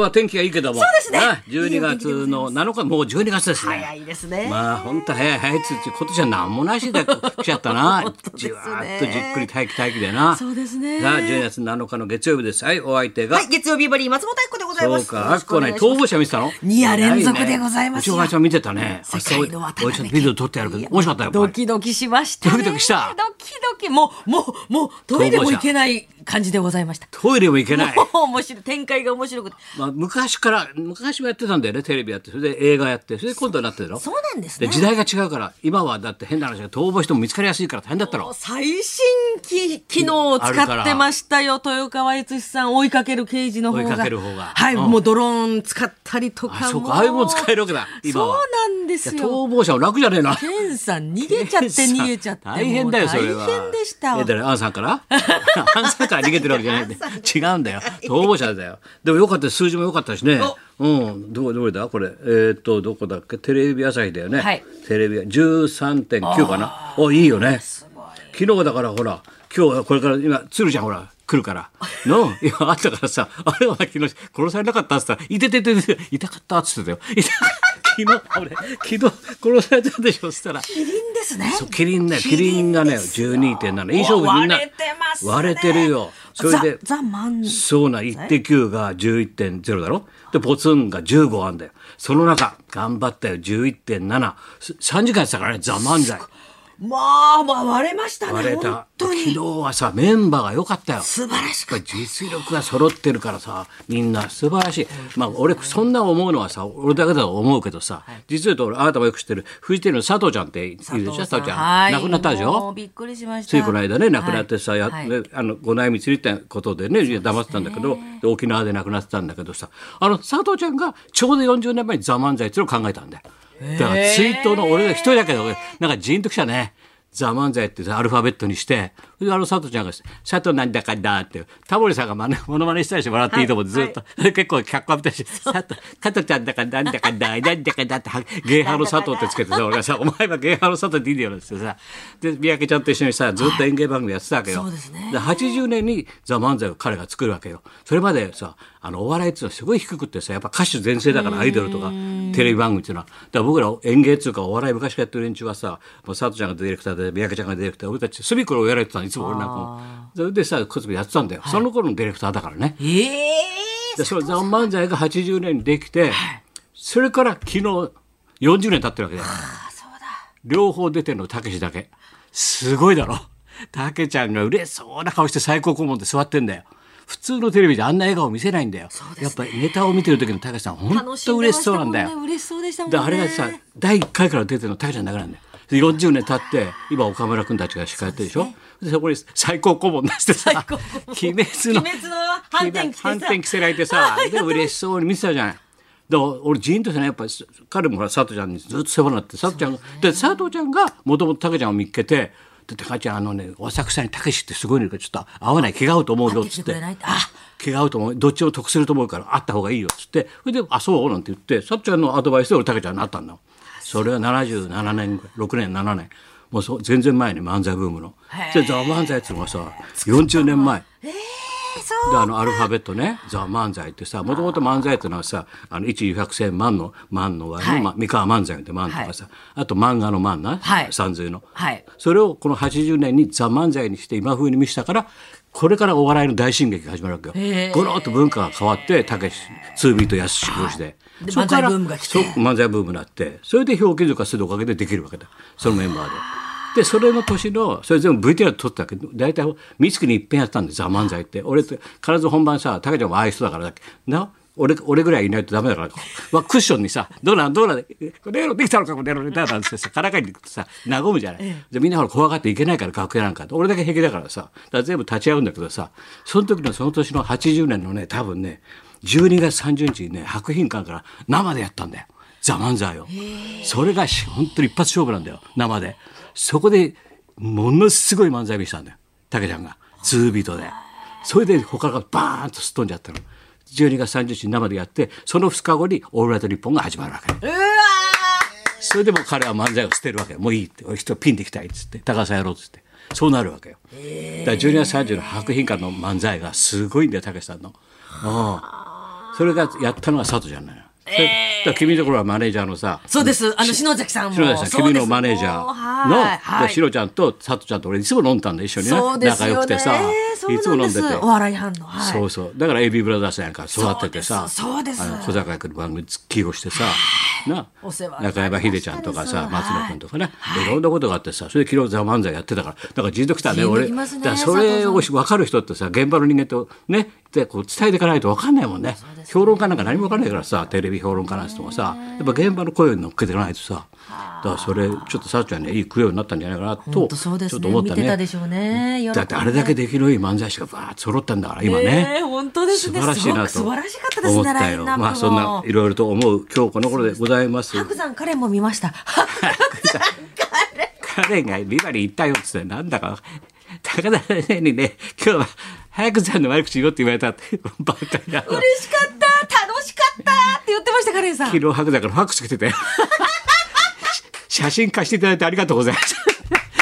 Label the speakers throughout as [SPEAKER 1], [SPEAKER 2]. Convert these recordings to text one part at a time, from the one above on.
[SPEAKER 1] は天気がいいけども、そう
[SPEAKER 2] ですね
[SPEAKER 1] 12月の7日、もう12月です
[SPEAKER 2] 早
[SPEAKER 1] ね。
[SPEAKER 2] いですね。
[SPEAKER 1] まあ本当早い早いっつって今年は何もなし で来ちゃったな。じわーっとじっくり待機待機でな。
[SPEAKER 2] そうですね
[SPEAKER 1] さあ12月7日の月曜日です。はい、お相手が。
[SPEAKER 2] はい、月曜日バリー松本明子でござい
[SPEAKER 1] そ
[SPEAKER 2] ま
[SPEAKER 1] う
[SPEAKER 2] す。
[SPEAKER 1] か、あっこね、
[SPEAKER 2] 東
[SPEAKER 1] 逃亡者見てたの
[SPEAKER 2] 二夜連続でございますよ
[SPEAKER 1] お正月は見てたね。
[SPEAKER 2] 世界の渡辺
[SPEAKER 1] 俺ちょっとビデオ撮ってやるけど、面白かったよ。これ
[SPEAKER 2] ドキドキしましたね。
[SPEAKER 1] ドキドキした
[SPEAKER 2] ドキドキ、もう、もう、もう、トイレも行けない感じでございました。
[SPEAKER 1] トイレも行けない。
[SPEAKER 2] もう面白い、展開が面白くて。
[SPEAKER 1] まあ、昔から、昔もやってたんだよね、テレビやって、それで映画やって、それで今度になってるの。
[SPEAKER 2] そうなんです
[SPEAKER 1] で
[SPEAKER 2] ね。
[SPEAKER 1] 時代が違うから今はだって変な話が逃亡しても見つかりやすいから大変だったろ
[SPEAKER 2] 最新機機能を使ってましたよ。豊川悦司さん追いかける刑事の方が。
[SPEAKER 1] 追いかける方が
[SPEAKER 2] はい、
[SPEAKER 1] うん
[SPEAKER 2] もうドローン使ったりと
[SPEAKER 1] あ
[SPEAKER 2] か。
[SPEAKER 1] そうかああいうもん使えるわけだ今は
[SPEAKER 2] そうなんです
[SPEAKER 1] いや
[SPEAKER 2] よ。
[SPEAKER 1] 逃亡者は楽じゃねえな
[SPEAKER 2] ケンさん逃げちゃって逃げちゃって
[SPEAKER 1] 大変だよそれ
[SPEAKER 2] も
[SPEAKER 1] は
[SPEAKER 2] う大変でした
[SPEAKER 1] えだからアンさんから アンさんから逃げてるわけじゃないんで違うんだよ逃亡者だよでもよかった数字もよかったしねうんどこどれだこれえーっとどこだっけテレビ朝日だよね、
[SPEAKER 2] はい
[SPEAKER 1] テレビ13.9かなおいいよね昨日だからほら今日はこれから今鶴ちゃんほら来る からのいやあったからさあれは昨日殺されなかったっつったら「いてててて痛かった」っつってたよ痛か昨日俺昨日殺されたでしょっつったら
[SPEAKER 2] キリンですね
[SPEAKER 1] そうキリンねキリンがね12.7いい勝負みんな
[SPEAKER 2] 割れてますね
[SPEAKER 1] 割れてるよそれで
[SPEAKER 2] ザザ万
[SPEAKER 1] そうな1.9が11.0だろでポツンが15あんだよその中頑張ったよ11.73時間やってたからね「ザ漫才
[SPEAKER 2] まあまあ割れました
[SPEAKER 1] 割
[SPEAKER 2] ね
[SPEAKER 1] れ
[SPEAKER 2] 本
[SPEAKER 1] た
[SPEAKER 2] 当
[SPEAKER 1] 昨
[SPEAKER 2] に
[SPEAKER 1] 日はさメンバーが良かったよ
[SPEAKER 2] 素晴らし
[SPEAKER 1] やっ
[SPEAKER 2] く
[SPEAKER 1] ぱり実力が揃ってるからさみんな素晴らしい、まあ、俺そんな思うのはさ俺だけだと思うけどさ、実は言うと俺あなたもよく知ってるフジテレビの佐藤ちゃんっているでしょ
[SPEAKER 2] 佐藤
[SPEAKER 1] 佐
[SPEAKER 2] さん
[SPEAKER 1] 藤ちゃ
[SPEAKER 2] は
[SPEAKER 1] ん
[SPEAKER 2] い
[SPEAKER 1] 亡くなったでし
[SPEAKER 2] も
[SPEAKER 1] ょ
[SPEAKER 2] うびっくりしました
[SPEAKER 1] ついこの間ね亡くなってさ、
[SPEAKER 2] はい
[SPEAKER 1] や
[SPEAKER 2] はい
[SPEAKER 1] ねあのご内密にってことでね黙ってたんだけど、で沖縄で亡くなってたんだけどさあの佐藤ちゃんがちょうど40年前に「ザ漫才っていうのを考えたんだよだから追悼の俺が一人だけどなんかジーンときたね「ザ漫才ってさアルファベットにしてそれであの佐藤ちゃんが「佐藤なんだかんだ」ってタモリさんがまねモノマネしたりして笑っていいと思う、ずっと、 結構脚光浴びたりして「佐藤加藤ちゃんだかなんだかん だなんだかんだ」ってはゲイハロ佐藤ってつけてさ俺がさ「お前はゲイハロ佐藤っていいんだよ」なんつってさで三宅ちゃんと一緒にさずっと演芸番組やってたわけよ、
[SPEAKER 2] そうですね
[SPEAKER 1] で80年に「ザ漫才を彼が作るわけよそれまでさあのお笑いっていうのはすごい低くってさやっぱ歌手全盛だからアイドルとかテレビ番組っていうのはだから僕ら演芸っていうかお笑い昔からやってる連中はさもう佐藤ちゃんがディレクターで三宅ちゃんがディレクターで俺たち隅っこでやられてたのいつも俺なんかもそれでさコツコツやってたんだよ、その頃のディレクターだからね
[SPEAKER 2] ええ
[SPEAKER 1] でその「ザ漫才が80年にできて、それから昨日40年経ってるわけだよ
[SPEAKER 2] あそうだ
[SPEAKER 1] 両方出てるのたけしだけすごいだろたけちゃんが嬉しそうな顔して最高顧問で座ってんだよ普通のテレビであんな笑顔見せないんだよ、やっぱりネタを見てる時のたけしさん本
[SPEAKER 2] 楽しん
[SPEAKER 1] 当
[SPEAKER 2] でま
[SPEAKER 1] 嬉し
[SPEAKER 2] した
[SPEAKER 1] そう
[SPEAKER 2] も
[SPEAKER 1] なん
[SPEAKER 2] ん
[SPEAKER 1] だ
[SPEAKER 2] ね
[SPEAKER 1] よ
[SPEAKER 2] 嬉しそうでしたもん
[SPEAKER 1] で
[SPEAKER 2] ね
[SPEAKER 1] あれがさ第1回から出てるのたけちゃんだけなんだよで40年経って今岡村君たちが司会やってるでしょそでそこに最高顧問出してさ
[SPEAKER 2] 高顧
[SPEAKER 1] 「鬼滅の
[SPEAKER 2] 鬼滅の反転着てさ
[SPEAKER 1] 反転着せられてさ で嬉しそうに見てたじゃない。で俺ジーンとしてねやっぱり彼もほら佐藤ちゃんにずっと世話になって佐藤ちゃんがで,、佐藤ちゃんがもともとたけちゃんを見っけて「でたかちゃんあのね浅草にたけしってすごいのかちょっと合わない気が合うと思うよ」っ
[SPEAKER 2] 来
[SPEAKER 1] つ
[SPEAKER 2] て
[SPEAKER 1] っ
[SPEAKER 2] くれ
[SPEAKER 1] て
[SPEAKER 2] ないってあ
[SPEAKER 1] 気が合うと思うどっちも得すると思うから会った方がいいよっつってそれで「あそう」なんて言ってさっちゃんのアドバイスで俺竹ちゃんになったんだもんそれは77年6年7年もうそう全然前に漫才ブームの
[SPEAKER 2] へー
[SPEAKER 1] で「ザ・漫才」っつうのがさ40年前
[SPEAKER 2] えそ
[SPEAKER 1] で
[SPEAKER 2] う
[SPEAKER 1] あのアルファベットね「ザ・漫才」ってさもともと漫才ってのはさあの一百千万の万の割の、
[SPEAKER 2] はい
[SPEAKER 1] ま、三河漫才って万とかさ、あと漫画の漫な、
[SPEAKER 2] はい
[SPEAKER 1] 三髄の、
[SPEAKER 2] はい
[SPEAKER 1] それをこの80年に「ザ・漫才」にして今風に見せたからこれからお笑いの大進撃が始まるわけよ。ゴロッと文化が変わってたけしツービートやすし講師で。
[SPEAKER 2] で
[SPEAKER 1] そこから
[SPEAKER 2] 漫才ブームが来て
[SPEAKER 1] そう漫才ブームになってそれで表現力がするおかげでできるわけだそのメンバーで。でそれの年のそれ全部 VTR で撮ってたけど大体三月に一遍やってたんで「ザ漫才って俺って必ず本番さたけちゃんもああいう人だからだっけな俺俺ぐらいいないとダメだから、まあ、クッションにさ「どうなんどうなんレロできたのかこれレロネタ」なんつってさからかいに行くとさ和むじゃない、でみんなほら怖がっていけないから楽屋なんかって俺だけ平気だからさだから全部立ち会うんだけどさその時のその年の80年のね多分ね12月30日にね博品館から生でやったんだよ「ザ漫才をそれがし本当に一発勝負なんだよ生でそこでものすごい漫才見せたんだよたけちゃんがツービートでそれで他がバーンとすっ飛んじゃったの12月30日に生でやってその2日後に「オールナイトニッポン」が始まるわけ
[SPEAKER 2] うわ
[SPEAKER 1] それでもう彼は漫才を捨てるわけよもういいって俺人ピンできたいっつって高さんやろうっつってそうなるわけよだから12月30の博品館の漫才がすごいんだよたけしさんのうんそれがやったのが佐藤じゃないの。それだから君のところはマネージャーのさ、
[SPEAKER 2] そうです。あの、篠崎さんも。
[SPEAKER 1] 篠崎さん、
[SPEAKER 2] そう
[SPEAKER 1] 君
[SPEAKER 2] で
[SPEAKER 1] の
[SPEAKER 2] す
[SPEAKER 1] マネージャ
[SPEAKER 2] もう
[SPEAKER 1] ーの、
[SPEAKER 2] はい
[SPEAKER 1] で、シロちゃんと佐藤ちゃんと俺いつも飲んだんで一緒にね
[SPEAKER 2] そうです
[SPEAKER 1] 仲
[SPEAKER 2] よね
[SPEAKER 1] 良くてさ、
[SPEAKER 2] そう
[SPEAKER 1] いつも
[SPEAKER 2] なん
[SPEAKER 1] 飲
[SPEAKER 2] で
[SPEAKER 1] んで
[SPEAKER 2] す
[SPEAKER 1] て。
[SPEAKER 2] お笑い班の。はい。
[SPEAKER 1] そうそうだから AB ブラザーズなんか育っててさ
[SPEAKER 2] そうですそうです
[SPEAKER 1] あの小坂君の番組起用してさな
[SPEAKER 2] お世話になりました
[SPEAKER 1] 中山秀ちゃんとか
[SPEAKER 2] は
[SPEAKER 1] さ
[SPEAKER 2] い
[SPEAKER 1] 松野君とかね、い、ろんなことがあってさそれで昨日「ザ・漫才やってたからだからじっときたね
[SPEAKER 2] じっと
[SPEAKER 1] 俺
[SPEAKER 2] きますね
[SPEAKER 1] だからそれを分かる人ってさ現場の人間とねでこう伝えていかないと分かんないもんね評論家なんか何も分かんないからさテレビ評論家なんて人もさやっぱ現場の声に乗っけていかないとさだからそれちょっとさっちゃんにはいい供養になったんじゃないかな
[SPEAKER 2] 本
[SPEAKER 1] と
[SPEAKER 2] 当そうで
[SPEAKER 1] ちょ
[SPEAKER 2] す
[SPEAKER 1] っ
[SPEAKER 2] ね
[SPEAKER 1] と思っ
[SPEAKER 2] 見
[SPEAKER 1] た
[SPEAKER 2] てた
[SPEAKER 1] ね
[SPEAKER 2] で。しょうね。喜んで
[SPEAKER 1] だってあれだけ出来のいい漫才師がバーッと揃ったんだから今ね、
[SPEAKER 2] ええ本当ですね
[SPEAKER 1] 素晴らしいなと
[SPEAKER 2] すごく素晴らしかったですね
[SPEAKER 1] 思った
[SPEAKER 2] ライン
[SPEAKER 1] よ
[SPEAKER 2] ナップも
[SPEAKER 1] まあそんないろいろと思う今日この頃でございます
[SPEAKER 2] 白山カレンも見ました。
[SPEAKER 1] 彼がビバリー行ったよっつってなんだか高田先生にね今日は早くさんの悪口言おうって言われた ってばっかりだ
[SPEAKER 2] 嬉しかった楽しかったって言ってましたカレンさん。
[SPEAKER 1] 昨日白山からファックス来て て写真貸していただいてありがとうござい ました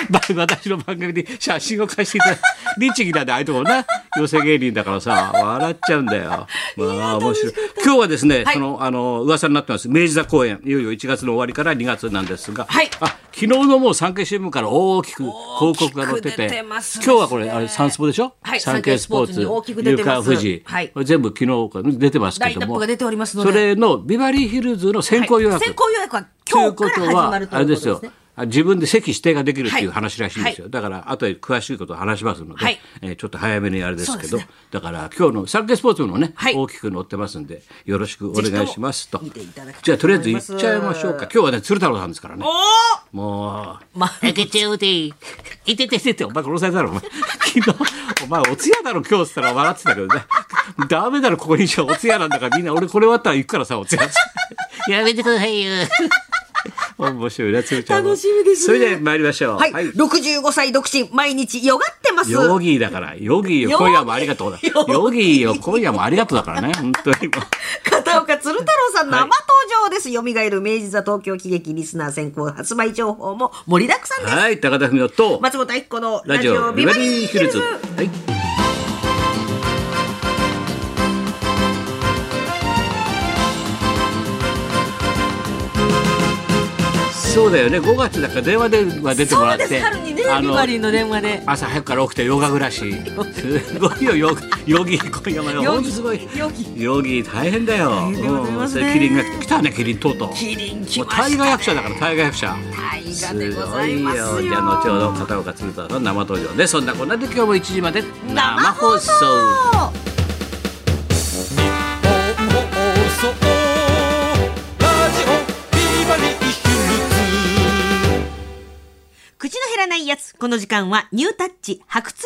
[SPEAKER 1] ば私の番組に写真を貸していただいて律儀なんでああいうところな寄せ芸人だからさ笑っちゃうんだよまあ面白い今日はですね、
[SPEAKER 2] はい
[SPEAKER 1] そのあの噂になってます明治座公演いよいよ1月の終わりから2月なんですが、
[SPEAKER 2] はい
[SPEAKER 1] あ昨日のもう産経新聞から大きく広告が載ってて
[SPEAKER 2] 大きく出てますね
[SPEAKER 1] 今日はこれあれサンスポでしょ、
[SPEAKER 2] はい
[SPEAKER 1] サンケイスポー
[SPEAKER 2] サンケイスポーツに大き
[SPEAKER 1] ツ
[SPEAKER 2] く出てます
[SPEAKER 1] 富士、
[SPEAKER 2] はい
[SPEAKER 1] これ全部昨日から出てますけども
[SPEAKER 2] ラインナップが出ておりますので
[SPEAKER 1] それのビバリーヒルズの先行予約、
[SPEAKER 2] はい先行予約は今日から始まるということですね。
[SPEAKER 1] あれですよあ自分で席指定ができるっていう
[SPEAKER 2] はい
[SPEAKER 1] 話らしいんですよ、だから後で詳しいことを話しますので、
[SPEAKER 2] はい
[SPEAKER 1] えーちょっと早めにあれですけ
[SPEAKER 2] そ
[SPEAKER 1] ど
[SPEAKER 2] うですね
[SPEAKER 1] だから今日のサンケイスポーツもね、
[SPEAKER 2] はい
[SPEAKER 1] 大きく載ってますんでよろしくお願いしますと
[SPEAKER 2] ぜひとも見ていただきたいと思います
[SPEAKER 1] じゃあとりあえず行っちゃいましょうか今日はね鶴太郎さんですからね
[SPEAKER 2] お
[SPEAKER 1] もう、
[SPEAKER 2] ま
[SPEAKER 1] 開けちゃうで。いてててて、お前殺されたろ、お前。昨日、お前、お通夜だろ、今日っつったら笑ってたけどね。ダメだろ、ここにじゃお通夜なんだから、みんな、俺これ終わったら行くからさ、お通夜。やめてくださいよ。面白いね、つるちゃんも。
[SPEAKER 2] 楽しみですね
[SPEAKER 1] それでは参りましょう。
[SPEAKER 2] おはい、65歳独身毎日よがってます。
[SPEAKER 1] ヨギーだから、ヨギーよ、
[SPEAKER 2] ヨギー
[SPEAKER 1] 今夜もありがとうだ。ヨギーよ、今夜もありがとうだからね、本当にもう。
[SPEAKER 2] 片岡鶴太郎さん生登場です。蘇る明治座東京喜劇リスナー先行発売情報も盛りだくさんです。
[SPEAKER 1] はい、高田文夫と、
[SPEAKER 2] 松本明子の
[SPEAKER 1] ラ
[SPEAKER 2] ラ
[SPEAKER 1] ジ
[SPEAKER 2] ジ
[SPEAKER 1] オ
[SPEAKER 2] オ
[SPEAKER 1] ビ
[SPEAKER 2] ビ
[SPEAKER 1] バ
[SPEAKER 2] バ
[SPEAKER 1] リ
[SPEAKER 2] リ
[SPEAKER 1] ーヒ
[SPEAKER 2] ーヒ
[SPEAKER 1] ル
[SPEAKER 2] ル
[SPEAKER 1] ズ。
[SPEAKER 2] ズ。
[SPEAKER 1] はい。そうだよね、5月だから電話では出てもらって、
[SPEAKER 2] 春にねビバリーの電話で。
[SPEAKER 1] 朝早くから起きてヨガ暮らし、すごいよヨヨギ今夜まで、
[SPEAKER 2] ヨギ
[SPEAKER 1] 本当すごい。
[SPEAKER 2] ヨギ
[SPEAKER 1] ヨギ大変だよ。
[SPEAKER 2] 大変でございますね
[SPEAKER 1] うんそれキリンが来たねキリンとうとう。
[SPEAKER 2] キリン来
[SPEAKER 1] もう
[SPEAKER 2] ましたね
[SPEAKER 1] 大河役者だから大河役者。
[SPEAKER 2] 大
[SPEAKER 1] す
[SPEAKER 2] 河
[SPEAKER 1] ごい
[SPEAKER 2] で
[SPEAKER 1] よ
[SPEAKER 2] ございますよ。
[SPEAKER 1] じゃあ後ほど片岡鶴太郎の生登場でそんなこんなで今日も1時まで
[SPEAKER 2] 生放送。
[SPEAKER 3] 本放送ラジオビバリーヒルズ
[SPEAKER 2] 口の減らないやつ。この時間はニュータッチ発掘